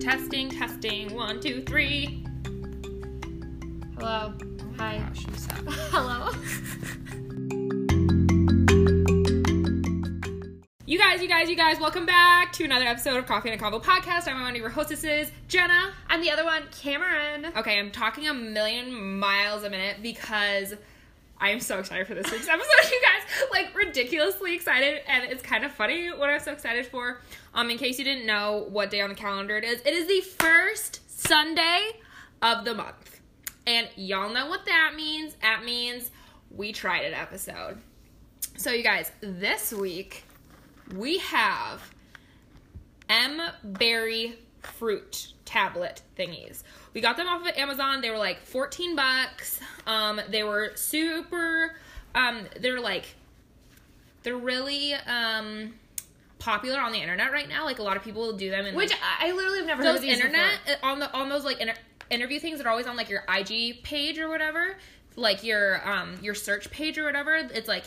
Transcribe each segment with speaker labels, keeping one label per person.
Speaker 1: Testing, testing. One, two, three. Hello. Hi.
Speaker 2: Gosh, you suck.
Speaker 1: Hello. you guys, you guys, you guys, welcome back to another episode of Coffee and a Combo podcast. I'm one of your hostesses, Jenna.
Speaker 2: I'm the other one, Cameron.
Speaker 1: Okay, I'm talking a million miles a minute because I am so excited for this week's episode, you guys. Like ridiculously excited, and it's kind of funny what I'm so excited for. Um, in case you didn't know what day on the calendar it is, it is the first Sunday of the month. And y'all know what that means. That means we tried an episode. So you guys, this week we have M berry fruit tablet thingies. We got them off of Amazon. They were like 14 bucks. Um, they were super um, they're like they're really um popular on the internet right now. Like a lot of people do them in
Speaker 2: Which
Speaker 1: like,
Speaker 2: I, I literally have never heard
Speaker 1: those
Speaker 2: of these
Speaker 1: internet uh, on the on those like inter- interview things that are always on like your IG page or whatever, like your um your search page or whatever. It's like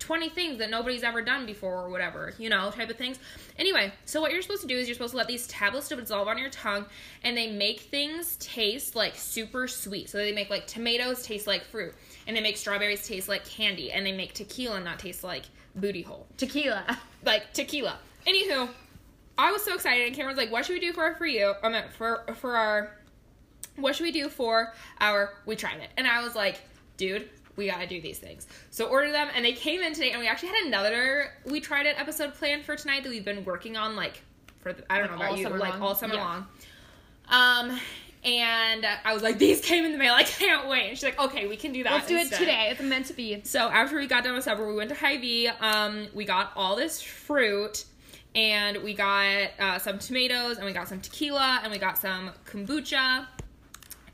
Speaker 1: twenty things that nobody's ever done before or whatever, you know, type of things. Anyway, so what you're supposed to do is you're supposed to let these tablets to dissolve on your tongue, and they make things taste like super sweet. So they make like tomatoes taste like fruit, and they make strawberries taste like candy, and they make tequila not taste like booty hole
Speaker 2: before. Tequila.
Speaker 1: like tequila. Anywho, I was so excited, and Cameron's like, "What should we do for our for you? I meant for for our what should we do for our we tried it?" And I was like, "Dude." We gotta do these things. So order them, and they came in today, and we actually had another we tried it episode planned for tonight that we've been working on like for the, I don't
Speaker 2: Like
Speaker 1: know about
Speaker 2: all
Speaker 1: you
Speaker 2: summer
Speaker 1: like
Speaker 2: long?
Speaker 1: all summer
Speaker 2: Yeah.
Speaker 1: long. Um, and I was like, these came in the mail. I can't wait. And she's like, okay, we can do that.
Speaker 2: Let's do it
Speaker 1: instead."
Speaker 2: today. It's meant to be.
Speaker 1: So after we got done with supper, we went to Hy-Vee. Um, we got all this fruit, and we got uh, some tomatoes, and we got some tequila, and we got some kombucha,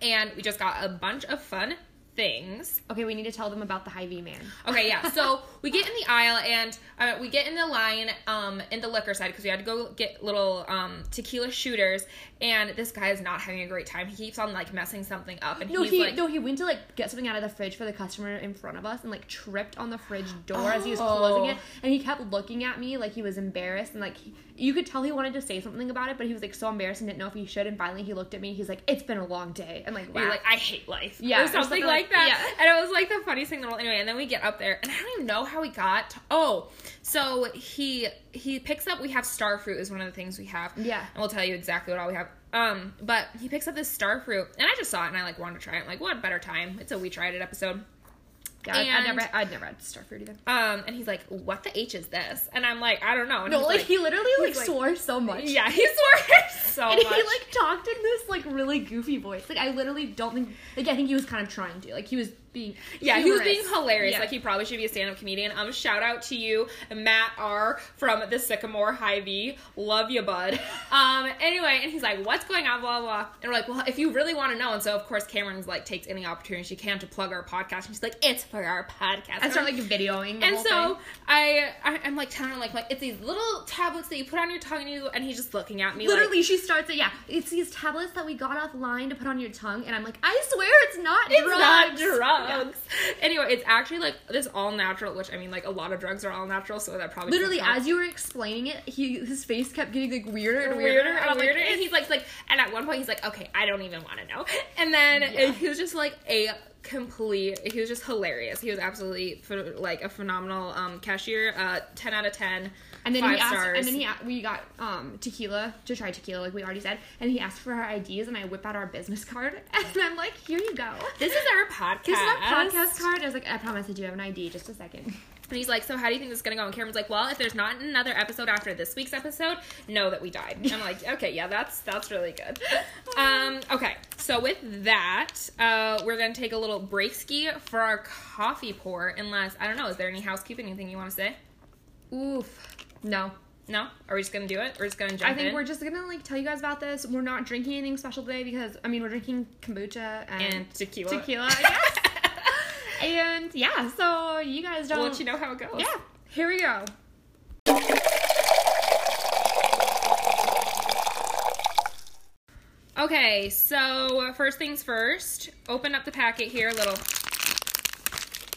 Speaker 1: and we just got a bunch of fun things.
Speaker 2: Okay, we need to tell them about the high V man.
Speaker 1: Okay, yeah. So we get in the aisle and uh, we get in the line um, in the liquor side because we had to go get little um, tequila shooters. And this guy is not having a great time. He keeps on like messing something up, and
Speaker 2: No,
Speaker 1: he's
Speaker 2: he
Speaker 1: like,
Speaker 2: no, he went to like get something out of the fridge for the customer in front of us and like tripped on the fridge door as he was closing it,
Speaker 1: Oh.
Speaker 2: and he kept looking at me like he was embarrassed and like he, you could tell he wanted to say something about it, but he was like so embarrassed and didn't know if he should. And finally, he looked at me. He's like, "It's been a long day," and like,
Speaker 1: You're
Speaker 2: laughed.
Speaker 1: like, I hate life.
Speaker 2: Yeah,
Speaker 1: Or something, like that.
Speaker 2: yeah.
Speaker 1: And it was like the funniest thing in the world. Anyway, and then we get up there and I don't even know how we got to- oh, so he he picks up we have star fruit is one of the things we have.
Speaker 2: Yeah.
Speaker 1: And we'll tell you exactly what all we have. Um, but he picks up this star fruit and I just saw it and I like wanted to try it. I'm like, what better time? It's a we tried it episode.
Speaker 2: Yeah, I- I'd
Speaker 1: And-
Speaker 2: never, I'd never had star fruit either.
Speaker 1: Um, and he's like, What the H is this? And I'm like, I don't know. And
Speaker 2: No,
Speaker 1: he's
Speaker 2: like, he literally like,
Speaker 1: he's like-
Speaker 2: swore so much.
Speaker 1: Yeah, he swore so
Speaker 2: and
Speaker 1: much.
Speaker 2: he like talked in this like really goofy voice. Like I literally don't think like I think he was kind of trying to. Like he was being
Speaker 1: Yeah, he was being
Speaker 2: humorous.
Speaker 1: hilarious.
Speaker 2: Yeah.
Speaker 1: Like he probably should be a stand-up comedian. Um, shout out to you, Matt R from the Sycamore High V. Love you, bud. Um, anyway, and he's like, "What's going on?" Blah blah. blah. And we're like, "Well, if you really want to know," and so of course Cameron's like takes any opportunity she can to plug our podcast. And she's like, "It's for our podcast."
Speaker 2: I
Speaker 1: And
Speaker 2: started like videoing. The
Speaker 1: and
Speaker 2: whole
Speaker 1: so
Speaker 2: thing.
Speaker 1: I, I I'm like telling him like like it's these little tablets that you put on your tongue and you and he's just looking at me like,
Speaker 2: literally she starts it. Yeah, it's these tablets that we got offline to put on your tongue, and I'm like, I swear it's not
Speaker 1: It's
Speaker 2: drugs.
Speaker 1: not drugs. Anyway, it's actually like this all natural, which I mean, like a lot of drugs are all natural, so that
Speaker 2: Yeah.
Speaker 1: probably
Speaker 2: Literally,
Speaker 1: doesn't count.
Speaker 2: as you were explaining it, he his face kept getting like weirder and
Speaker 1: weirder,
Speaker 2: weirder,
Speaker 1: and
Speaker 2: I'm like,
Speaker 1: weirder, and he's like, he's like, and at one point he's like, okay, I don't even want to know, and then
Speaker 2: Yeah.
Speaker 1: he was just like a complete. He was just hilarious. He was absolutely ph- like a phenomenal um, cashier. Uh, ten out of ten.
Speaker 2: And then
Speaker 1: five
Speaker 2: he asked,
Speaker 1: stars.
Speaker 2: and then he a- we got um, tequila to try tequila, like we already said. And he asked for our IDs, and I whip out our business card, and I'm like, "Here you go.
Speaker 1: this is our podcast.
Speaker 2: This is our podcast card." I was like, "I promise I do have an ID. Just a second.
Speaker 1: And he's like, so how do you think this is gonna go? And Cameron's like, well, if there's not another episode after this week's episode, know that we died. I'm like, okay, yeah, that's that's really good. Um, okay, so with that, uh, we're gonna take a little break ski for our coffee pour. Unless I don't know, is there any housekeeping anything you want to say?
Speaker 2: Oof. No,
Speaker 1: No, are we just gonna do it? We're just gonna jump
Speaker 2: I think
Speaker 1: in?
Speaker 2: we're just gonna like tell you guys about this. We're not drinking anything special today because I mean we're drinking kombucha and,
Speaker 1: and tequila.
Speaker 2: tequila, I guess. and yeah, so you guys don't.
Speaker 1: we'll let you know how it goes.
Speaker 2: Yeah, here we go.
Speaker 1: Okay, so uh, first things first, open up the packet here, little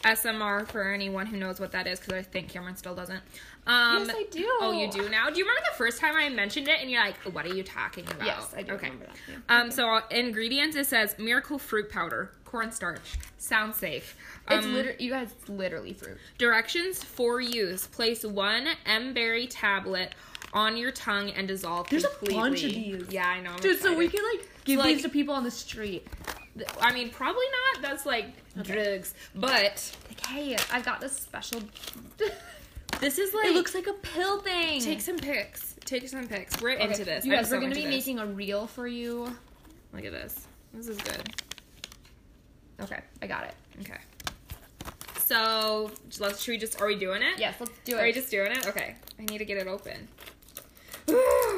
Speaker 1: SMR for anyone who knows what that is, because I think Cameron still doesn't. Um,
Speaker 2: Yes, I do.
Speaker 1: Oh, you do now. Do you remember the first time I mentioned it, and you're like, "What are you talking about?"
Speaker 2: Yes, I do remember that, yeah.
Speaker 1: Um, so uh, ingredients it says miracle fruit powder, cornstarch. Sounds safe. Um,
Speaker 2: It's literally you guys. It's literally fruit.
Speaker 1: directions for use: place one M berry tablet on your tongue and dissolve.
Speaker 2: There's a
Speaker 1: completely.
Speaker 2: bunch of these.
Speaker 1: Yeah, I know. I'm
Speaker 2: Dude, so we
Speaker 1: excited.
Speaker 2: can like give
Speaker 1: like-
Speaker 2: these to people on the street.
Speaker 1: I mean, probably not. That's like drugs, but
Speaker 2: Like, hey, I've got this special.
Speaker 1: this is like
Speaker 2: it looks like a pill thing.
Speaker 1: Take some pics. Take some pics. We're
Speaker 2: Okay,
Speaker 1: into this.
Speaker 2: You
Speaker 1: I'm
Speaker 2: guys,
Speaker 1: so
Speaker 2: we're gonna
Speaker 1: into
Speaker 2: be
Speaker 1: this.
Speaker 2: making a reel for you.
Speaker 1: Look at this. This is good.
Speaker 2: Okay, I got it.
Speaker 1: Okay. So let's. Should we just? Are we doing it?
Speaker 2: Yes, let's do
Speaker 1: Are we
Speaker 2: it.
Speaker 1: just doing it? Okay. I need to get it open.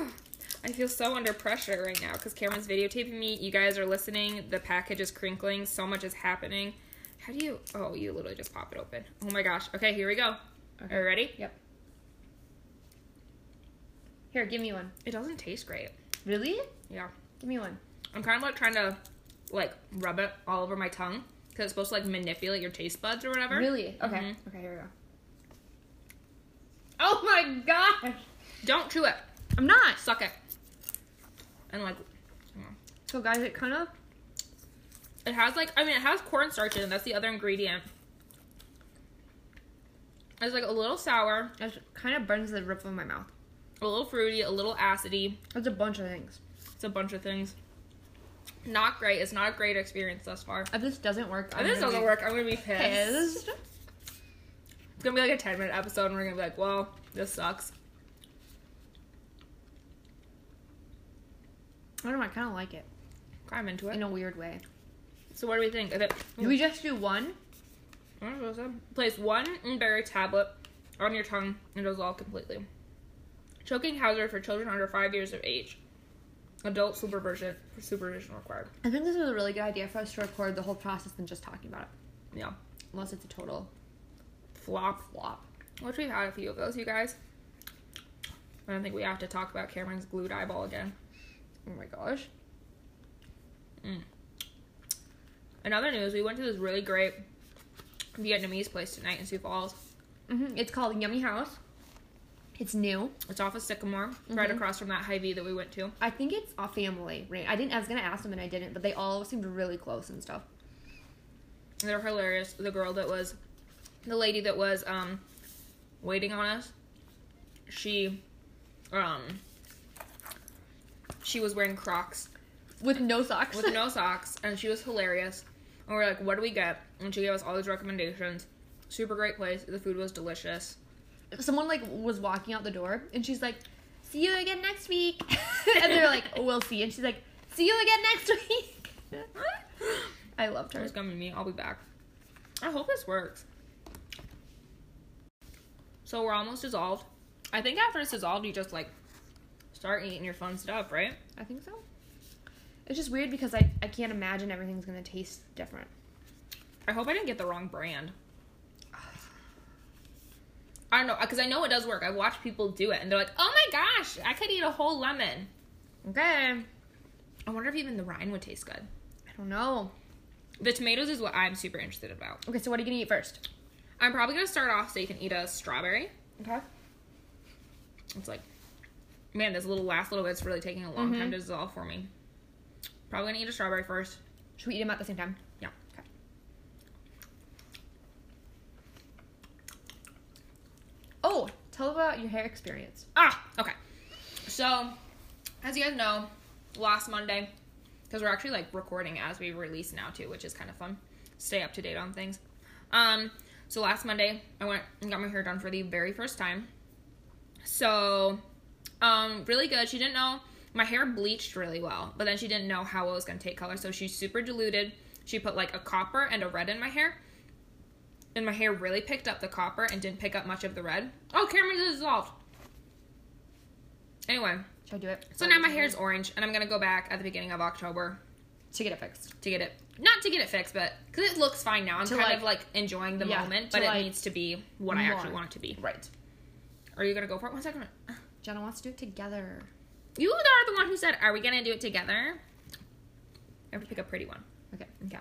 Speaker 1: I feel so under pressure right now because Cameron's videotaping me. You guys are listening. The package is crinkling. So much is happening. How do you? Oh, you literally just pop it open. Oh my gosh. Okay, here we go.
Speaker 2: Okay.
Speaker 1: Are you ready?
Speaker 2: Yep. Here, give me one.
Speaker 1: It doesn't taste great.
Speaker 2: Really?
Speaker 1: Yeah.
Speaker 2: Give me one.
Speaker 1: I'm kind of like trying to like rub it all over my tongue because it's supposed to like manipulate your taste buds or whatever.
Speaker 2: Really? Okay.
Speaker 1: Mhm.
Speaker 2: Okay, here we go. Mm-hmm. Oh my gosh!
Speaker 1: Don't chew it.
Speaker 2: I'm not.
Speaker 1: Suck it. And like, mm.
Speaker 2: So guys, it kind of
Speaker 1: it has like I mean it has cornstarch in it. That's the other ingredient. It's like a little sour,
Speaker 2: it kind of burns the roof of my mouth.
Speaker 1: a little fruity, a little acidy.
Speaker 2: That's a bunch of things.
Speaker 1: It's a bunch of things. Not great. It's not a great experience thus far.
Speaker 2: If this doesn't work,
Speaker 1: If this doesn't work, I'm gonna be pissed.
Speaker 2: Pissed.
Speaker 1: It's gonna be like a 10 minute episode, and we're gonna be like, well, this sucks.
Speaker 2: I don't know. I kind of like it
Speaker 1: I'm into it.
Speaker 2: in a weird way.
Speaker 1: So what do we think? Is it,
Speaker 2: Do we just do one?
Speaker 1: I don't know what I said. Place one berry tablet on your tongue and dissolve completely. Choking hazard for children under five years of age. Adult supervision supervision required.
Speaker 2: I think this is a really good idea for us to record the whole process and just talking about it,
Speaker 1: Yeah.
Speaker 2: unless it's a total
Speaker 1: Flop.
Speaker 2: flop.
Speaker 1: Which we've had a few of those, you guys. I don't think we have to talk about Cameron's glued eyeball again.
Speaker 2: Oh my gosh.
Speaker 1: In other Mm. news, we went to this really great Vietnamese place tonight in Sioux Falls.
Speaker 2: hmm It's called Yummy House. It's new.
Speaker 1: It's off of Sycamore, right across from that Hy-Vee that we went to.
Speaker 2: I think it's a family. Right? I didn't. I was gonna ask them and I didn't, but they all seemed really close and stuff.
Speaker 1: They're hilarious. The girl that was, the lady that was um, waiting on us, she, um, she was wearing Crocs
Speaker 2: With no socks.
Speaker 1: with no socks, and she was hilarious. And we are like, "What do we get?" And she gave us all these recommendations. Super great place. The food was delicious.
Speaker 2: Someone like was walking out the door and she's like, "See you again next week," and they're like, oh, "We'll see," and she's like, "See you again next week." I loved her.
Speaker 1: It's gonna be me. I'll be back. I hope this works. So we're almost dissolved. I think after it's dissolved, you just like start eating your fun stuff, right?
Speaker 2: I think so. It's just weird because I, I can't imagine everything's gonna taste different.
Speaker 1: I hope I didn't get the wrong brand. I don't know, because I know it does work. I've watched people do it, and they're like, "Oh my gosh, I could eat a whole lemon."
Speaker 2: Okay.
Speaker 1: I wonder if even the rind would taste good.
Speaker 2: I don't know.
Speaker 1: The tomatoes is what I'm super interested about.
Speaker 2: Okay, so what are you gonna eat first?
Speaker 1: I'm probably gonna start off so you can eat a strawberry.
Speaker 2: Okay.
Speaker 1: It's like, man, this little last little bit's really taking a long time to dissolve for me. Probably gonna eat a strawberry first.
Speaker 2: Should we eat them at the same time?
Speaker 1: Yeah.
Speaker 2: Okay. Oh, tell about your hair experience.
Speaker 1: Ah, okay. So, as you guys know, last Monday, because we're actually like recording as we release now too, which is kind of fun. Stay up to date on things. Um, so last Monday, I went and got my hair done for the very first time. So, um, really good. She didn't know my hair bleached really well, but then she didn't know how it was gonna take color, so she super diluted. She put like a copper and a red in my hair. And my hair really picked up the copper and didn't pick up much of the red. Oh, camera dissolved. Anyway,
Speaker 2: Should I do it?
Speaker 1: so now my hair's orange, and I'm gonna go back at the beginning of October
Speaker 2: to get it fixed.
Speaker 1: to get it not to get it fixed, but because it looks fine now. I'm
Speaker 2: To,
Speaker 1: kind
Speaker 2: like-
Speaker 1: of like enjoying the
Speaker 2: yeah,
Speaker 1: moment,
Speaker 2: to,
Speaker 1: but it
Speaker 2: like,
Speaker 1: needs to be what I
Speaker 2: move
Speaker 1: actually
Speaker 2: on.
Speaker 1: want it to be.
Speaker 2: Right.
Speaker 1: Are you gonna go for it? One second.
Speaker 2: Jenna wants to do it together.
Speaker 1: You are the one who said, "Are we gonna do it together?" I have to pick a pretty one.
Speaker 2: Okay.
Speaker 1: Okay.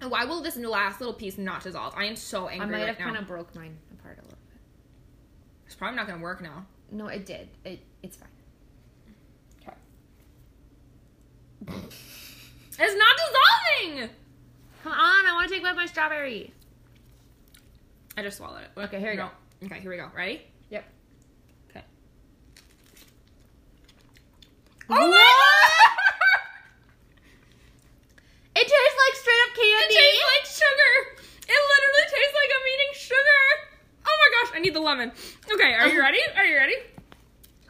Speaker 1: And why Oh, will this last little piece not dissolve? I am so angry
Speaker 2: I might
Speaker 1: right
Speaker 2: have
Speaker 1: now.
Speaker 2: kind of broke mine apart a little bit.
Speaker 1: It's probably not gonna work now.
Speaker 2: No, it did. It it's fine.
Speaker 1: Okay. it's not dissolving.
Speaker 2: Come on, I want to take back my strawberry.
Speaker 1: I just swallowed it.
Speaker 2: Okay, here we
Speaker 1: No. Okay, here we go. Ready?
Speaker 2: Yep.
Speaker 1: Okay. Oh my
Speaker 2: It tastes like straight up
Speaker 1: It
Speaker 2: candy.
Speaker 1: tastes like sugar. It literally tastes like I'm eating sugar. Oh my gosh, I need the lemon. Okay, are
Speaker 2: Oh.
Speaker 1: you ready? Are you ready?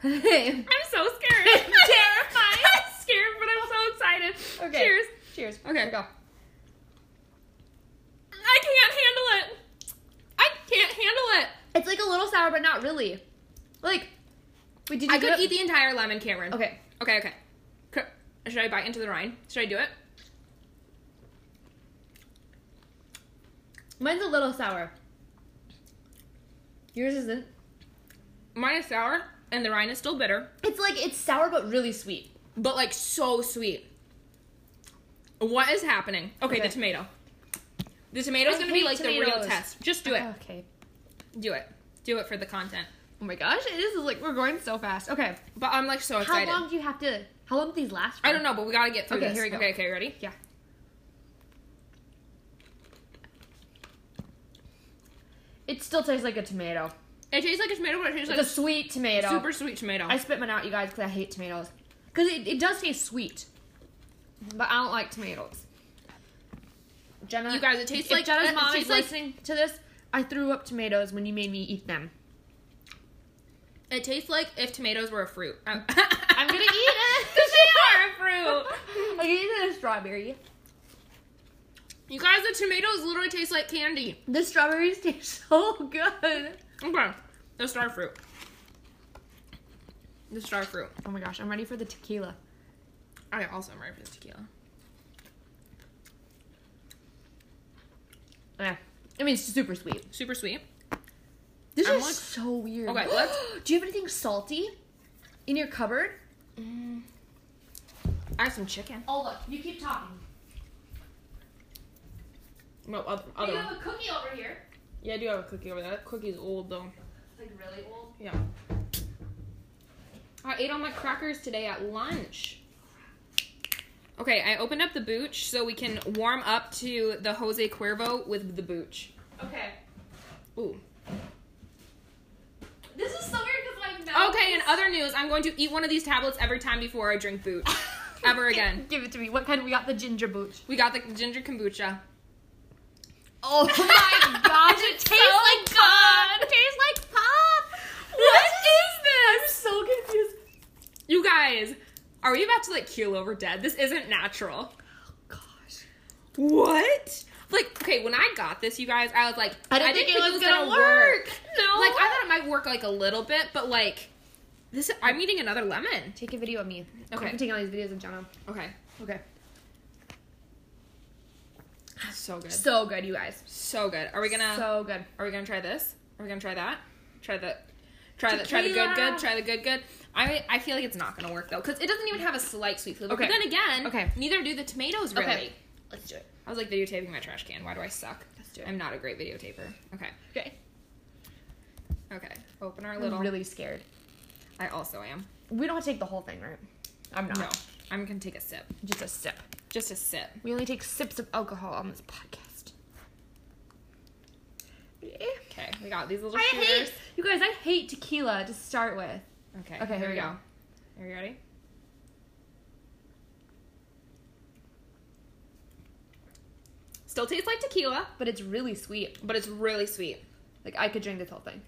Speaker 1: I'm so scared.
Speaker 2: I'm terrified.
Speaker 1: I'm scared, but I'm so excited.
Speaker 2: Okay.
Speaker 1: Cheers.
Speaker 2: Cheers.
Speaker 1: Okay.
Speaker 2: go.
Speaker 1: I can't handle it. I can't handle it.
Speaker 2: It's like a little sour, but not really. Like, wait, did you
Speaker 1: I could
Speaker 2: get-
Speaker 1: eat the entire lemon, Cameron.
Speaker 2: Okay.
Speaker 1: Okay, okay. Could, should I bite into the rind? Should I do it?
Speaker 2: Mine's a little sour. Yours isn't.
Speaker 1: Mine is sour, and the rind is still bitter,
Speaker 2: It's like it's sour but really sweet.
Speaker 1: but like so sweet. What is happening? Okay,
Speaker 2: Okay.
Speaker 1: the tomato. The tomato is
Speaker 2: I
Speaker 1: gonna be
Speaker 2: hate
Speaker 1: like the real
Speaker 2: tomatoes. Uh-huh.
Speaker 1: test. Just do it.
Speaker 2: Okay.
Speaker 1: Do it. Do it for the content.
Speaker 2: Oh my gosh, this is like we're going so fast. Okay.
Speaker 1: But I'm like so
Speaker 2: How
Speaker 1: excited.
Speaker 2: long do you have to? How long do these last? For?
Speaker 1: I don't know, but we gotta get through
Speaker 2: Okay,
Speaker 1: this.
Speaker 2: here we go.
Speaker 1: Okay, okay, ready?
Speaker 2: Yeah. It still tastes like a tomato.
Speaker 1: It tastes like a tomato, but it tastes
Speaker 2: It's
Speaker 1: like
Speaker 2: a sweet tomato.
Speaker 1: a super sweet tomato.
Speaker 2: I spit mine out, you guys, because I hate tomatoes. Because it, it does taste sweet, but I don't like tomatoes. Jenna,
Speaker 1: You guys, it tastes
Speaker 2: if
Speaker 1: like-
Speaker 2: Jenna's
Speaker 1: it
Speaker 2: mom
Speaker 1: tastes
Speaker 2: is
Speaker 1: like-
Speaker 2: listening to this. I threw up tomatoes when you made me eat them.
Speaker 1: it tastes like if tomatoes were a fruit. I'm,
Speaker 2: I'm gonna eat it.
Speaker 1: they are a fruit.
Speaker 2: I eat the strawberry.
Speaker 1: You guys, the tomatoes literally taste like candy.
Speaker 2: The strawberries taste so good.
Speaker 1: Okay, the star fruit. The star fruit.
Speaker 2: Oh my gosh, I'm ready for the tequila.
Speaker 1: I also am ready for this tequila.
Speaker 2: Yeah, I mean it's super sweet.
Speaker 1: Super sweet.
Speaker 2: This
Speaker 1: I'm
Speaker 2: is
Speaker 1: like-
Speaker 2: so weird.
Speaker 1: Okay, let's-
Speaker 2: Do you have anything salty in your cupboard?
Speaker 1: I have some chicken.
Speaker 2: Oh look, you keep talking.
Speaker 1: No, other, other one.
Speaker 2: a cookie over here.
Speaker 1: Yeah, I do have a cookie over there. That cookie's old though.
Speaker 2: It's like really old.
Speaker 1: Yeah. I ate all my crackers today at lunch. Okay, I opened up the booch so we can warm up to the Jose Cuervo with the booch.
Speaker 2: Okay.
Speaker 1: Ooh.
Speaker 2: This is so weird because my
Speaker 1: Okay, in other news, I'm going to eat one of these tablets every time before I drink booch. ever again.
Speaker 2: Give it to me. What kind? We got the ginger booch.
Speaker 1: We got the ginger kombucha.
Speaker 2: Oh my gosh! It tastes like pop. It tastes like pop. What is this? I'm so confused.
Speaker 1: You guys, are we about to like keel over dead? This isn't natural.
Speaker 2: Gosh.
Speaker 1: What? Like, okay, when I got this, you guys, I was like,
Speaker 2: I didn't, think, it was, gonna, work. No.
Speaker 1: Like, I thought it might work like a little bit, but like, this, I'm eating another lemon.
Speaker 2: Take a video of me.
Speaker 1: Okay.
Speaker 2: I'm taking all these videos of Jenna.
Speaker 1: Okay.
Speaker 2: Okay.
Speaker 1: So good.
Speaker 2: So good, you guys.
Speaker 1: So good. Are we gonna,
Speaker 2: So good.
Speaker 1: are we gonna try this? Are we gonna try that? Try the, try the, try the good, good,
Speaker 2: Tequila.
Speaker 1: try the good, good. I, I feel like it's not gonna work though, because it doesn't even have a slight sweet flavor.
Speaker 2: Okay.
Speaker 1: But then again,
Speaker 2: Okay.
Speaker 1: neither do the tomatoes really.
Speaker 2: Okay. Let's do it.
Speaker 1: I was like videotaping my trash can. Why do I suck?
Speaker 2: Let's do it.
Speaker 1: I'm not a great videotaper. Okay.
Speaker 2: Okay.
Speaker 1: Okay. Open our
Speaker 2: I'm
Speaker 1: little.
Speaker 2: really scared.
Speaker 1: I also am.
Speaker 2: We don't take the whole thing, right? I'm not.
Speaker 1: No. I'm gonna take a sip.
Speaker 2: Just a sip.
Speaker 1: Just a sip.
Speaker 2: We only take sips of alcohol on this podcast.
Speaker 1: Okay. We got these little
Speaker 2: I
Speaker 1: shooters.
Speaker 2: hate you guys. I hate tequila to start with.
Speaker 1: Okay.
Speaker 2: Okay, here we go.
Speaker 1: Are you ready? Still tastes like tequila,
Speaker 2: But it's really sweet.
Speaker 1: but it's really sweet.
Speaker 2: Like I could drink this whole thing.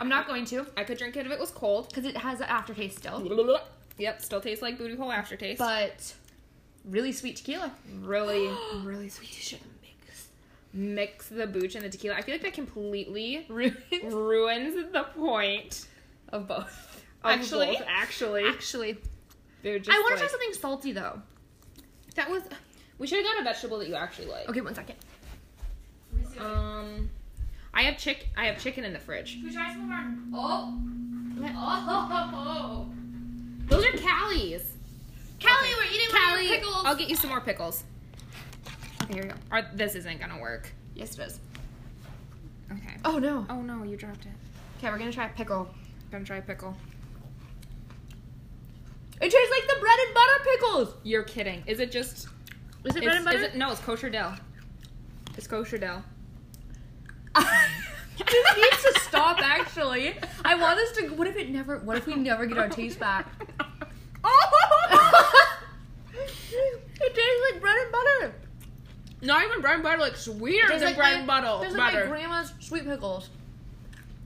Speaker 2: I'm not going to
Speaker 1: I could drink it if it was cold.
Speaker 2: because it has an aftertaste still.
Speaker 1: Yep, still tastes like booty hole aftertaste.
Speaker 2: But really sweet tequila.
Speaker 1: really, really sweet. You should mix mix the booch and the tequila. I feel like that completely
Speaker 2: Really
Speaker 1: ruins the point.
Speaker 2: of both.
Speaker 1: of
Speaker 2: Actually,
Speaker 1: both, actually,
Speaker 2: actually,
Speaker 1: they're just.
Speaker 2: I want to try
Speaker 1: like-
Speaker 2: something salty though.
Speaker 1: That was. We should have got a vegetable that you actually like.
Speaker 2: Okay, one second.
Speaker 1: Um, I have chick. I have chicken in the fridge.
Speaker 2: Who tries more? Oh. Oh.
Speaker 1: Those are Callie's.
Speaker 2: Callie, we're eating
Speaker 1: Callie,
Speaker 2: pickles.
Speaker 1: I'll get you some more pickles.
Speaker 2: Okay, here we go.
Speaker 1: Or this isn't gonna work.
Speaker 2: Yes, it is.
Speaker 1: Okay.
Speaker 2: Oh no.
Speaker 1: Oh no, you dropped it.
Speaker 2: Okay, we're gonna try pickle.
Speaker 1: Gonna try pickle.
Speaker 2: It tastes like the bread and butter pickles.
Speaker 1: You're kidding. Is it just
Speaker 2: Is it
Speaker 1: it's-
Speaker 2: bread and butter?
Speaker 1: Is it, no, it's kosher dill. It's kosher dill.
Speaker 2: this needs to stop. Actually, I want us to. What if it never? What if we never get our taste back?
Speaker 1: Oh!
Speaker 2: it tastes like bread and butter.
Speaker 1: Not even bread and butter, like sweeter than bread and
Speaker 2: my,
Speaker 1: butter.
Speaker 2: Tastes
Speaker 1: butter.
Speaker 2: like my grandma's sweet pickles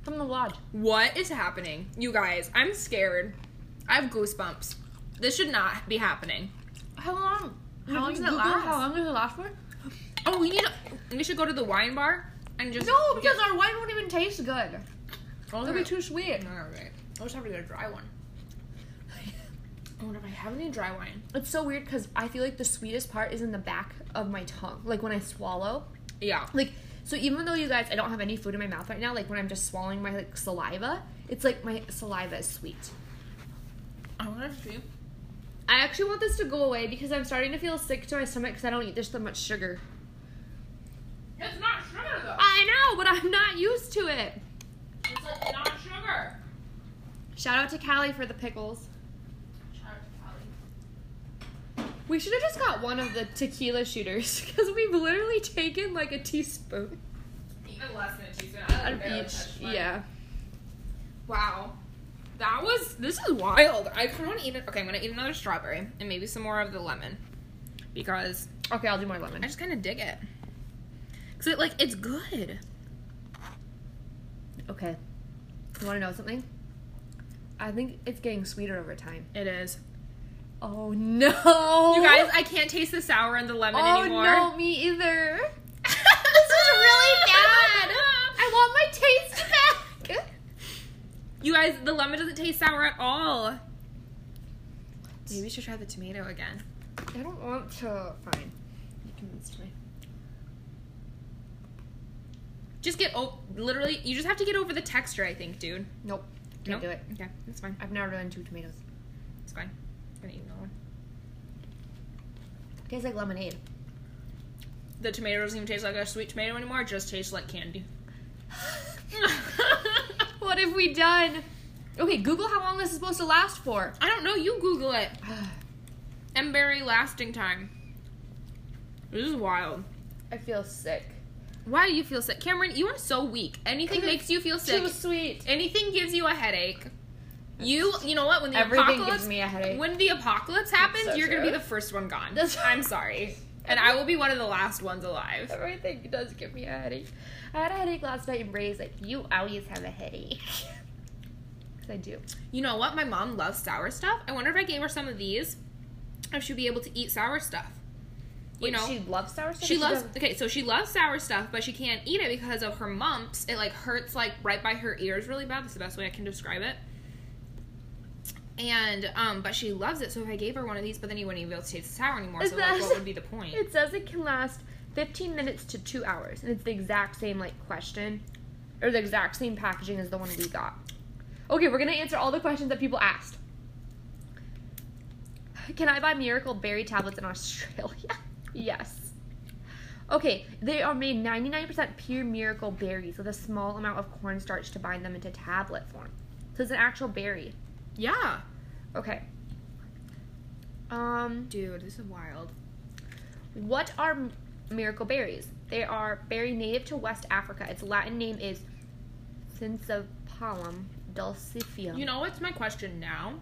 Speaker 2: from the lodge.
Speaker 1: what is happening? You guys, I'm scared. I have goosebumps. This should not be happening.
Speaker 2: How long?
Speaker 1: How long
Speaker 2: did
Speaker 1: does it
Speaker 2: Google
Speaker 1: last?
Speaker 2: How long does it last for?
Speaker 1: Oh, we need. A, we should go to the wine bar and just.
Speaker 2: No, because our wine won't even taste good. It'll be too sweet.
Speaker 1: All right. I'll just have to get a dry one. I wonder if I have any dry wine.
Speaker 2: It's so weird because I feel like the sweetest part is in the back of my tongue. Like when I swallow.
Speaker 1: Yeah.
Speaker 2: Like so even though you guys I don't have any food in my mouth right now, like when I'm just swallowing my like saliva, it's like my saliva is sweet.
Speaker 1: I want to see.
Speaker 2: I actually want this to go away because I'm starting to feel sick to my stomach because I don't eat this that much sugar.
Speaker 1: It's not sugar though.
Speaker 2: I know, but I'm not used to it.
Speaker 1: It's like not sugar.
Speaker 2: Shout out to Callie for the pickles. We should have just got one of the tequila shooters because we've literally taken like a teaspoon
Speaker 1: Even less than a teaspoon.
Speaker 2: out of each. Yeah.
Speaker 1: Wow. That was. This is wild. I kind of want to eat it. Okay, I'm gonna eat another strawberry and maybe some more of the lemon because
Speaker 2: Okay, I'll do more
Speaker 1: I
Speaker 2: lemon.
Speaker 1: just kind of dig it. Cause it, like it's good.
Speaker 2: Okay. You want to know something? I think it's getting sweeter over time.
Speaker 1: It is.
Speaker 2: Oh no!
Speaker 1: You guys, I can't taste the sour and the lemon
Speaker 2: oh
Speaker 1: anymore.
Speaker 2: no, me either.
Speaker 1: this is really bad.
Speaker 2: I want my taste back.
Speaker 1: You guys, the lemon doesn't taste sour at all. Maybe we should try the tomato again.
Speaker 2: I don't want to. Fine. You convinced me.
Speaker 1: Just get o- literally, you just have to get over the texture, I think, dude.
Speaker 2: Nope. Can't do it.
Speaker 1: Okay, that's fine.
Speaker 2: I've never done two tomatoes.
Speaker 1: It's fine. I'm gonna eat another one.
Speaker 2: It tastes like lemonade.
Speaker 1: The tomato doesn't even taste like a sweet tomato anymore. It just tastes like candy.
Speaker 2: what have we done? Okay, Google how long this is supposed to last for.
Speaker 1: I don't know. You Google it. Emberry lasting time. This is wild.
Speaker 2: I feel sick.
Speaker 1: Why do you feel sick, Cameron? You are so weak. Anything
Speaker 2: Because
Speaker 1: makes you feel sick.
Speaker 2: sweet.
Speaker 1: Anything gives you a headache. You, you know what? When the
Speaker 2: Everything
Speaker 1: apocalypse,
Speaker 2: gives me a headache.
Speaker 1: When the apocalypse happens,
Speaker 2: so
Speaker 1: you're gonna be
Speaker 2: true.
Speaker 1: the first one gone.
Speaker 2: That's-
Speaker 1: I'm sorry, and I will be one of the last ones alive.
Speaker 2: Everything does give me a headache. I had a headache last night, and Bray's like, "You always have a headache." 'Cause I do.
Speaker 1: You know what? My mom loves sour stuff. I wonder if I gave her some of these, if she'd be able to eat sour stuff. You
Speaker 2: Wait,
Speaker 1: know,
Speaker 2: she
Speaker 1: she,
Speaker 2: loves sour stuff. or
Speaker 1: loves.
Speaker 2: doesn't?
Speaker 1: Okay, so she loves sour stuff, but she can't eat it because of her mumps. It like hurts like right by her ears really bad. That's the best way I can describe it. And um, but she loves it. So if I gave her one of these, but then you wouldn't even be able to taste the sour anymore.
Speaker 2: Is
Speaker 1: So like,
Speaker 2: that-
Speaker 1: what would be the point?
Speaker 2: It says it can last 15 minutes to two hours, and it's the exact same like question, or the exact same packaging as the one we got. Okay, we're gonna answer all the questions that people asked. Can I buy miracle berry tablets in Australia? yes. Okay, they are made 99% pure miracle berries with a small amount of cornstarch to bind them into tablet form. So it's an actual berry.
Speaker 1: Yeah,
Speaker 2: Okay. Um.
Speaker 1: dude, this is wild.
Speaker 2: What are m- miracle berries? They are berry native to West Africa. Its Latin name is Syncipalum dulciferum.
Speaker 1: You know what's my question now?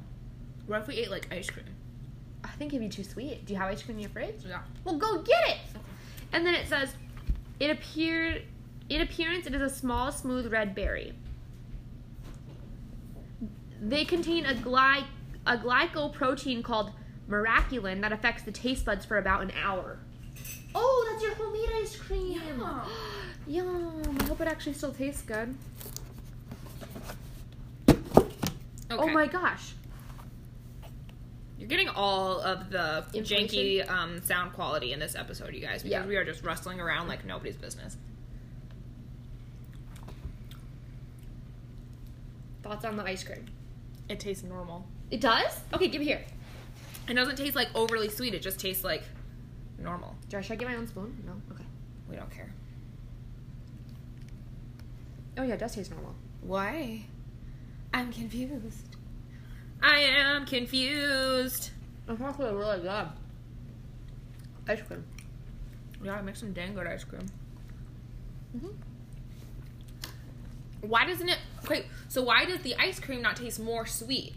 Speaker 1: What if we ate like ice cream?
Speaker 2: I think it'd be too sweet. Do you have ice cream in your fridge?
Speaker 1: Yeah.
Speaker 2: Well, go get it. And then it says, it appeared, in appearance, it is a small, smooth red berry. They contain a gly, a glycoprotein called miraculin that affects the taste buds for about an hour. Oh, that's your homemade ice cream.
Speaker 1: Yeah.
Speaker 2: Yum. I hope it actually still tastes good.
Speaker 1: Okay.
Speaker 2: Oh my gosh.
Speaker 1: You're getting all of the
Speaker 2: Information?
Speaker 1: janky um, sound quality in this episode, you guys, because
Speaker 2: Yeah.
Speaker 1: we are just rustling around like nobody's business.
Speaker 2: Thoughts on the ice cream?
Speaker 1: It tastes normal.
Speaker 2: It does? Okay, give me here.
Speaker 1: It doesn't taste like overly sweet. It just tastes like normal.
Speaker 2: Do I, should I get my own spoon? No? Okay.
Speaker 1: We don't care.
Speaker 2: Oh, yeah, it does taste normal.
Speaker 1: Why? I'm confused. I am confused.
Speaker 2: It's actually really good. Ice cream.
Speaker 1: Yeah, I make some dang good ice cream.
Speaker 2: Mm-hmm.
Speaker 1: Why doesn't it? Okay, so why does the ice cream not taste more sweet?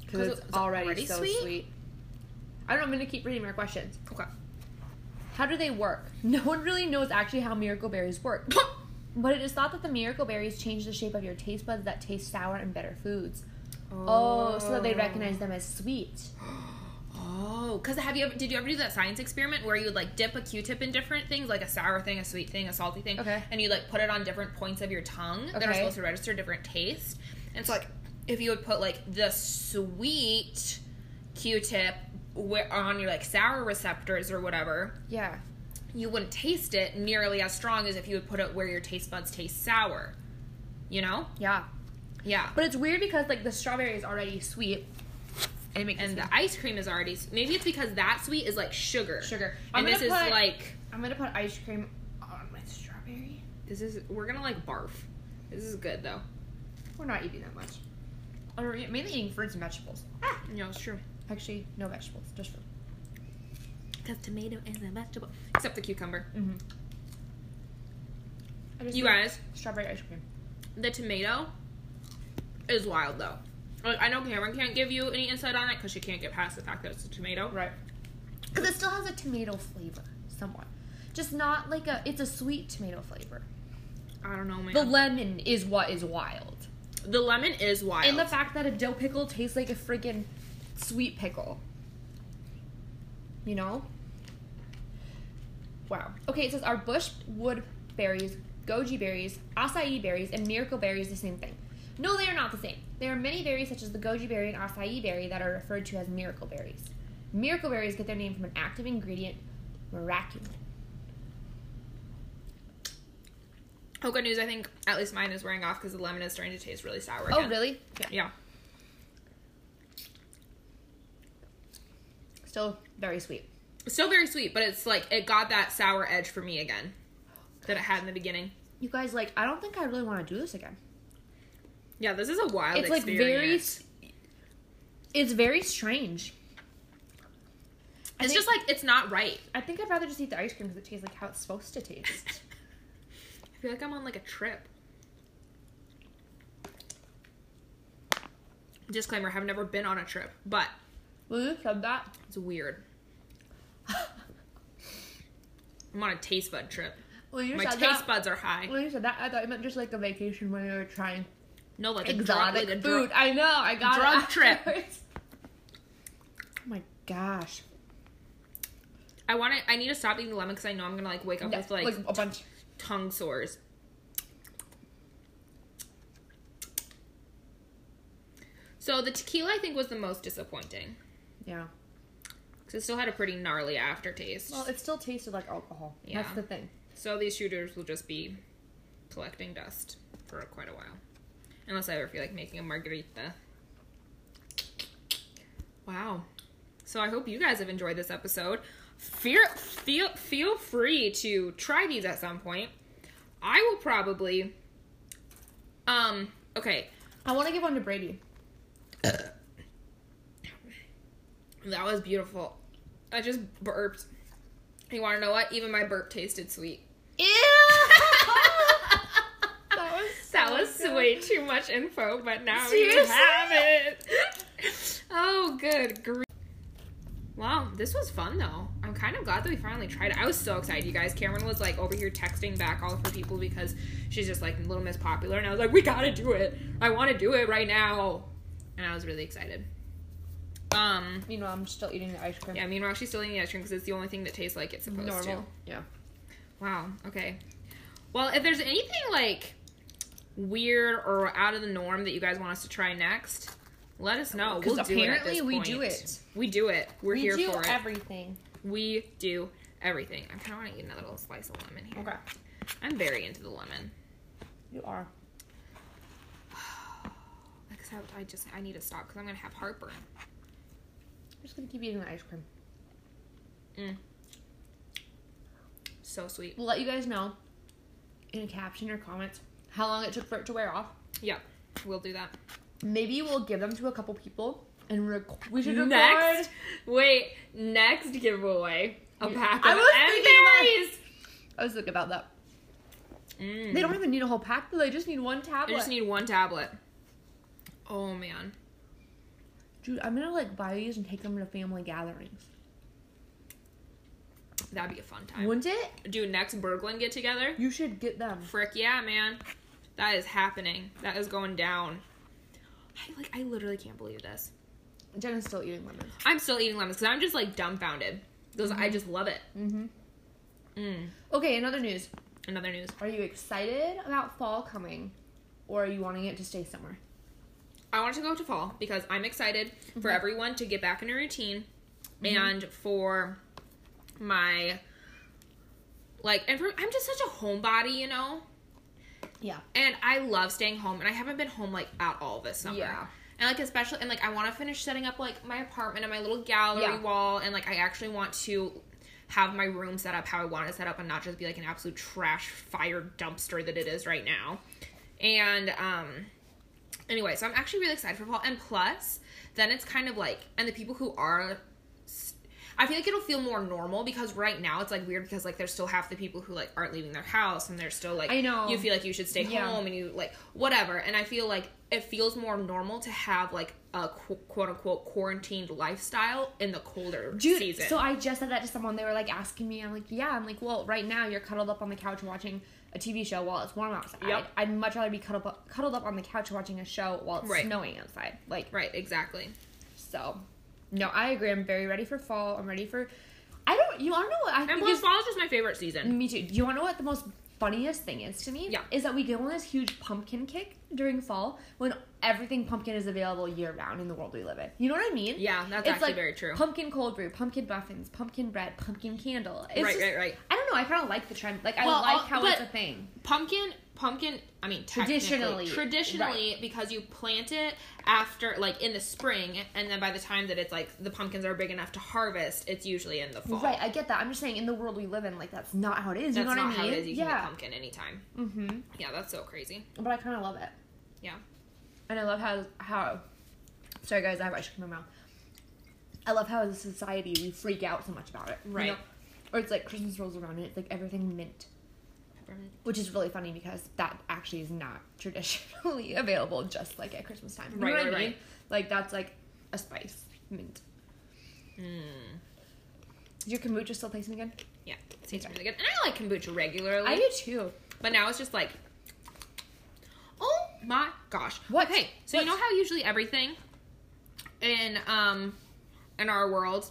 Speaker 2: Because it's, already, so sweet? I don't know, I'm going to keep reading more questions.
Speaker 1: Okay.
Speaker 2: How do they work? No one really knows actually how miracle berries work. But it is thought that the miracle berries change the shape of your taste buds that taste sour and bitter foods. Oh, so that they recognize them as sweet.
Speaker 1: Oh, because have you ever, did you ever do that science experiment where you would like dip a Q-tip in different things, like a sour thing, a sweet thing, a salty thing,
Speaker 2: Okay.
Speaker 1: and you like put it on different points of your tongue that are
Speaker 2: Okay.
Speaker 1: supposed to register different taste? And so like if you would put like the sweet Q-tip where, on your like sour receptors or whatever,
Speaker 2: Yeah.
Speaker 1: you wouldn't taste it nearly as strong as if you would put it where your taste buds taste sour. You know?
Speaker 2: Yeah.
Speaker 1: Yeah.
Speaker 2: But it's weird because like the strawberry is already sweet. And it makes
Speaker 1: and
Speaker 2: and
Speaker 1: the ice cream is already s- maybe it's because that sweet is like sugar.
Speaker 2: sugar.
Speaker 1: And this
Speaker 2: gonna
Speaker 1: is
Speaker 2: put-
Speaker 1: like
Speaker 2: I'm gonna put ice cream on my strawberry.
Speaker 1: This is we're gonna like barf. This is good though.
Speaker 2: We're not eating that much. Or we're mainly eating fruits and vegetables.
Speaker 1: No, it's true.
Speaker 2: Actually, no vegetables, just fruit.
Speaker 1: Because tomato is a vegetable. Except the cucumber.
Speaker 2: Mm-hmm. I just
Speaker 1: You
Speaker 2: think
Speaker 1: guys,
Speaker 2: strawberry ice cream.
Speaker 1: the tomato is wild though. Like I know Cameron can't give you any insight on it because she can't get past the fact that it's a tomato.
Speaker 2: Right. Because it still has a tomato flavor, somewhat. Just not like a. It's a sweet tomato flavor.
Speaker 1: I don't know, man.
Speaker 2: The lemon is what is wild,
Speaker 1: The, lemon is wild.
Speaker 2: and the fact that a dill pickle tastes like a friggin' sweet pickle. You know. Wow. Okay, it says our bushwood berries, goji berries, acai berries, and miracle berries the same thing. No, they are not the same. There are many berries such as the goji berry and acai berry that are referred to as miracle berries. Miracle berries get their name from an active ingredient, miraculin.
Speaker 1: oh, good news. I think at least mine is wearing off because the lemon is starting to taste really sour.
Speaker 2: Oh,
Speaker 1: again.
Speaker 2: really?
Speaker 1: Yeah.
Speaker 2: Still very sweet.
Speaker 1: Still very sweet, but it's like it got that sour edge for me again that it had in the beginning.
Speaker 2: You guys, like, I don't think I really want to do this again.
Speaker 1: Yeah, this is a wild.
Speaker 2: it's like very.
Speaker 1: experience.
Speaker 2: s- It's very strange. I
Speaker 1: It's
Speaker 2: think-
Speaker 1: just like it's not right.
Speaker 2: I think I'd rather just eat the ice cream because it tastes like how it's supposed to taste.
Speaker 1: I feel like I'm on like a trip. Disclaimer: Have never been on a trip, but
Speaker 2: well, you said that.
Speaker 1: it's weird. I'm on a taste bud trip.
Speaker 2: well, you
Speaker 1: My
Speaker 2: said
Speaker 1: taste
Speaker 2: that.
Speaker 1: buds are high.
Speaker 2: Well, you said that. I thought you meant just like a vacation when you were trying
Speaker 1: No, like a drug,
Speaker 2: exotic
Speaker 1: like a drug.
Speaker 2: food. I know. I got
Speaker 1: drug
Speaker 2: it
Speaker 1: trip.
Speaker 2: afterwards. Oh my gosh.
Speaker 1: I want to. I need to stop eating the lemon because I know I'm gonna like wake up
Speaker 2: Yeah,
Speaker 1: with like,
Speaker 2: like a bunch.
Speaker 1: tongue sores. So the tequila, I think, was the most disappointing
Speaker 2: Yeah.
Speaker 1: because it still had a pretty gnarly aftertaste.
Speaker 2: Well, it still tasted like alcohol.
Speaker 1: Yeah.
Speaker 2: That's the thing.
Speaker 1: So these shooters will just be collecting dust for quite a while. Unless I ever feel like making a margarita. Wow. So I hope you guys have enjoyed this episode. Fear, feel, feel free to try these at some point. I will probably. Um, okay.
Speaker 2: I want to give one to Brady.
Speaker 1: That was beautiful. I just burped. You want to know what? Even my burp tasted sweet.
Speaker 2: Ew! that was
Speaker 1: That
Speaker 2: so
Speaker 1: was
Speaker 2: good.
Speaker 1: way too much info, but now you
Speaker 2: Seriously?
Speaker 1: have it. oh, good grief. Wow, this was fun though. I'm kind of glad that we finally tried it. I was so excited, you guys. Cameron was like over here texting back all of her people because she's just like Little Miss Popular, and I was like, we gotta do it. I want to do it right now, and I was really excited. Um,
Speaker 2: Meanwhile, I'm still eating the ice cream.
Speaker 1: yeah. Meanwhile, she's still eating the ice cream because it's the only thing that tastes like it's supposed to.
Speaker 2: Normal. Yeah.
Speaker 1: Wow. Okay. Well, if there's anything like weird or out of the norm that you guys want us to try next, let us know. We'll
Speaker 2: 'Cause
Speaker 1: do it. at
Speaker 2: apparently
Speaker 1: this
Speaker 2: we
Speaker 1: point.
Speaker 2: do it.
Speaker 1: We do it. We're
Speaker 2: we
Speaker 1: here
Speaker 2: do
Speaker 1: for it.
Speaker 2: everything.
Speaker 1: we do everything. I kind of want to eat another little slice of lemon here. I'm very into the lemon.
Speaker 2: You are.
Speaker 1: Except I just I need to stop because I'm gonna have heartburn.
Speaker 2: I'm just gonna keep eating the ice cream.
Speaker 1: Mm. So sweet.
Speaker 2: We'll let you guys know in a caption or comments how long it took for it to wear off.
Speaker 1: Yep, we'll do that.
Speaker 2: Maybe we'll give them to a couple people and rec- we should record.
Speaker 1: Next, wait, next giveaway a pack of
Speaker 2: I was
Speaker 1: M
Speaker 2: thinking I was thinking about that.
Speaker 1: berries. Mm.
Speaker 2: They don't even need a whole pack, though. They just need one
Speaker 1: I
Speaker 2: tablet.
Speaker 1: just need one tablet. Oh man,
Speaker 2: Dude, I'm gonna like buy these and take them to family gatherings.
Speaker 1: that'd be a fun time.
Speaker 2: Wouldn't it?
Speaker 1: Do next Berglund get together?
Speaker 2: You should get them.
Speaker 1: Frick yeah, man. That is happening. That is going down. I like I literally can't believe this.
Speaker 2: Jenna's still eating lemons.
Speaker 1: I'm still eating lemons because I'm just like dumbfounded. Because I just love it.
Speaker 2: Mm-hmm.
Speaker 1: Mm.
Speaker 2: Okay, another news.
Speaker 1: Another news.
Speaker 2: Are you excited about fall coming, or are you wanting it to stay summer?
Speaker 1: I want it to go to fall because I'm excited for
Speaker 2: Mhm.
Speaker 1: everyone to get back in a routine and for my like and for I'm just such a homebody, you know?
Speaker 2: Yeah.
Speaker 1: And I love staying home and I haven't been home like at all this summer.
Speaker 2: Yeah.
Speaker 1: And like especially and like I want to finish setting up like my apartment and my little gallery
Speaker 2: Yeah.
Speaker 1: wall and like I actually want to have my room set up how I want it set up and not just be like an absolute trash fire dumpster that it is right now. And um anyway, so I'm actually really excited for fall and plus then it's kind of like and the people who are s- I feel like it'll feel more normal because right now it's like weird because like there's still half the people who like aren't leaving their house and they're still like
Speaker 2: I know.
Speaker 1: you feel like you should stay
Speaker 2: Yeah.
Speaker 1: home and you like whatever and I feel like it feels more normal to have like a qu- quote unquote quarantined lifestyle in the colder
Speaker 2: Dude,
Speaker 1: season.
Speaker 2: so I just said that to someone. They were like asking me. I'm like, yeah. I'm like, well, right now you're cuddled up on the couch watching a TV show while it's warm outside.
Speaker 1: Yep.
Speaker 2: I'd much rather be cuddled up, cuddled up on the couch watching a show while it's
Speaker 1: Right.
Speaker 2: snowing outside. Like,
Speaker 1: right, exactly.
Speaker 2: so. No, I agree. I'm very ready for fall. I'm ready for. I don't. You want to know what I
Speaker 1: And
Speaker 2: think
Speaker 1: plus
Speaker 2: is-
Speaker 1: fall is just my favorite season.
Speaker 2: Me too. Do you want to know what the most funniest thing is to me?
Speaker 1: Yeah.
Speaker 2: Is that we go on this huge pumpkin kick during fall when everything pumpkin is available year round in the world we live in. You know what I mean?
Speaker 1: Yeah, that's actually very true.
Speaker 2: Pumpkin cold brew, pumpkin muffins, pumpkin bread, pumpkin candle. It's
Speaker 1: Right,
Speaker 2: just-
Speaker 1: right, right.
Speaker 2: I don't know. I kind of like the trend. Like I
Speaker 1: Well,
Speaker 2: like
Speaker 1: uh,
Speaker 2: how
Speaker 1: but-
Speaker 2: it's a thing.
Speaker 1: Pumpkin pumpkin I mean technically-
Speaker 2: Traditionally,
Speaker 1: traditionally because you plant it after like in the spring and then by the time that it's like the pumpkins are big enough to harvest, it's usually in the fall.
Speaker 2: Right. I get that. I'm just saying in the world we live in, like that's not how it is.
Speaker 1: That's
Speaker 2: you know
Speaker 1: not
Speaker 2: what I
Speaker 1: how
Speaker 2: mean?
Speaker 1: it is. You can get
Speaker 2: yeah.
Speaker 1: pumpkin anytime.
Speaker 2: Mm-hmm.
Speaker 1: Yeah, that's so crazy.
Speaker 2: But I kind of love it,
Speaker 1: Yeah.
Speaker 2: and I love how how. Sorry guys, I have ice cream in my mouth. I love how as a society we freak out so much about it. you
Speaker 1: Right.
Speaker 2: know? Or it's like Christmas rolls around and it's like everything mint, which is really funny because that actually is not traditionally available just like at Christmas time. You know
Speaker 1: Right,
Speaker 2: what I
Speaker 1: right,
Speaker 2: mean?
Speaker 1: right.
Speaker 2: Like that's like a spice mint. Hmm.
Speaker 1: Mm.
Speaker 2: Is your kombucha still tasting good?
Speaker 1: Yeah, it tastes really good. And I like kombucha regularly,
Speaker 2: I do too.
Speaker 1: but now it's just like, oh my gosh.
Speaker 2: What?
Speaker 1: Okay, so you
Speaker 2: What?
Speaker 1: know how usually everything in um in our world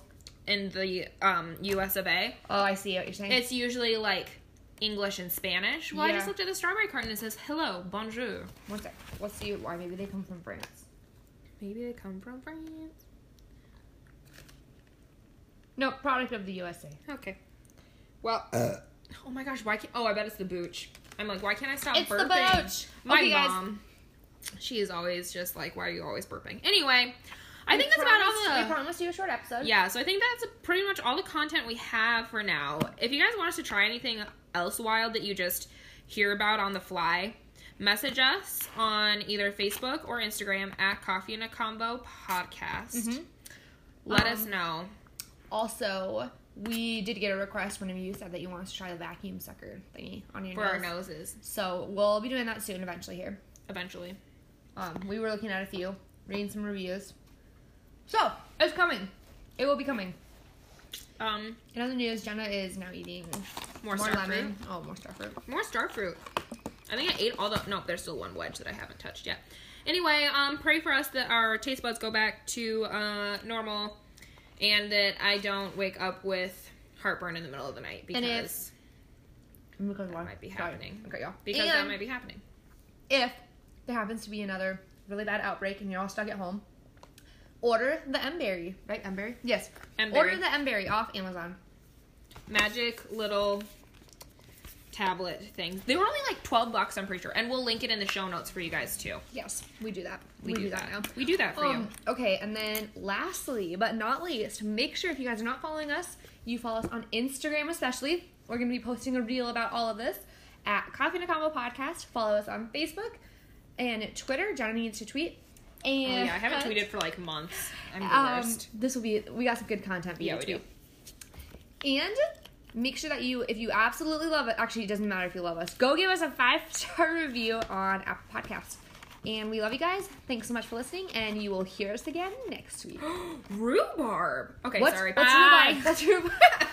Speaker 1: in the um U.S. of A,
Speaker 2: Oh, I see what you're saying.
Speaker 1: it's usually like English and Spanish. Well, I
Speaker 2: Yeah.
Speaker 1: just looked at the strawberry card and it says hello, bonjour.
Speaker 2: One sec. Let's see why. Maybe they come from France.
Speaker 1: Maybe they come from France.
Speaker 2: No, product of the USA.
Speaker 1: Okay. Well. Oh my gosh, why can't? Oh, I bet it's the booch. I'm like, why can't I stop
Speaker 2: It's the
Speaker 1: burping?
Speaker 2: booch.
Speaker 1: My
Speaker 2: Okay, guys.
Speaker 1: mom, she is always just like, why are you always burping? Anyway, I think that's about all
Speaker 2: I
Speaker 1: the.
Speaker 2: promised you a short episode.
Speaker 1: Yeah, so I think that's pretty much all the content we have for now. If you guys want us to try anything else wild that you just hear about on the fly, message us on either Facebook or Instagram at Coffee and a Combo Podcast.
Speaker 2: Mhm.
Speaker 1: Let
Speaker 2: Um,
Speaker 1: us know.
Speaker 2: Also, we did get a request. One of you said that you want us to try the vacuum sucker thingy on your
Speaker 1: For
Speaker 2: nose.
Speaker 1: our noses,
Speaker 2: So we'll be doing that soon, eventually here.
Speaker 1: eventually.
Speaker 2: Um, we were looking at a few, reading some reviews. So it's coming. It will be coming.
Speaker 1: Um,
Speaker 2: In other news, Jenna is now eating
Speaker 1: more,
Speaker 2: more
Speaker 1: star fruit.
Speaker 2: lemon. Oh, more starfruit.
Speaker 1: More star fruit. I think I ate all the. No, there's still one wedge that I haven't touched yet. Anyway, um, pray for us that our taste buds go back to uh, normal, and that I don't wake up with heartburn in the middle of the night because
Speaker 2: And if- Because
Speaker 1: that might be happening.
Speaker 2: Okay, y'all.
Speaker 1: Because
Speaker 2: and
Speaker 1: that might be happening.
Speaker 2: if there happens to be another really bad outbreak and you're all stuck at home, order the M berry. Right, M berry. Yes.
Speaker 1: M
Speaker 2: Order
Speaker 1: berry.
Speaker 2: the M berry off Amazon.
Speaker 1: Magic little tablet things. They were only like twelve bucks, I'm pretty sure, and we'll link it in the show notes for you guys too.
Speaker 2: Yes, we do that.
Speaker 1: We, do, that. We do that for you.
Speaker 2: Um, okay, and then lastly, but not least, make sure if you guys are not following us, you follow us on Instagram, especially. We're going to be posting a reel about all of this at Coffee and a Combo Podcast. Follow us on Facebook and Twitter. Johnny needs to tweet.
Speaker 1: Oh,
Speaker 2: And
Speaker 1: yeah, I haven't tweeted for like months. I'm the
Speaker 2: Um,
Speaker 1: worst.
Speaker 2: this will be. We got some good content. For you
Speaker 1: Yeah,
Speaker 2: to
Speaker 1: we do.
Speaker 2: tweet. And make sure that you, if you absolutely love it, actually, it doesn't matter if you love us, go give us a five star review on Apple Podcasts. And we love you guys. Thanks so much for listening, and you will hear us again next week.
Speaker 1: Rhubarb. Okay,
Speaker 2: What's,
Speaker 1: sorry.
Speaker 2: what's
Speaker 1: Bye.
Speaker 2: rhubarb? What's rhubarb?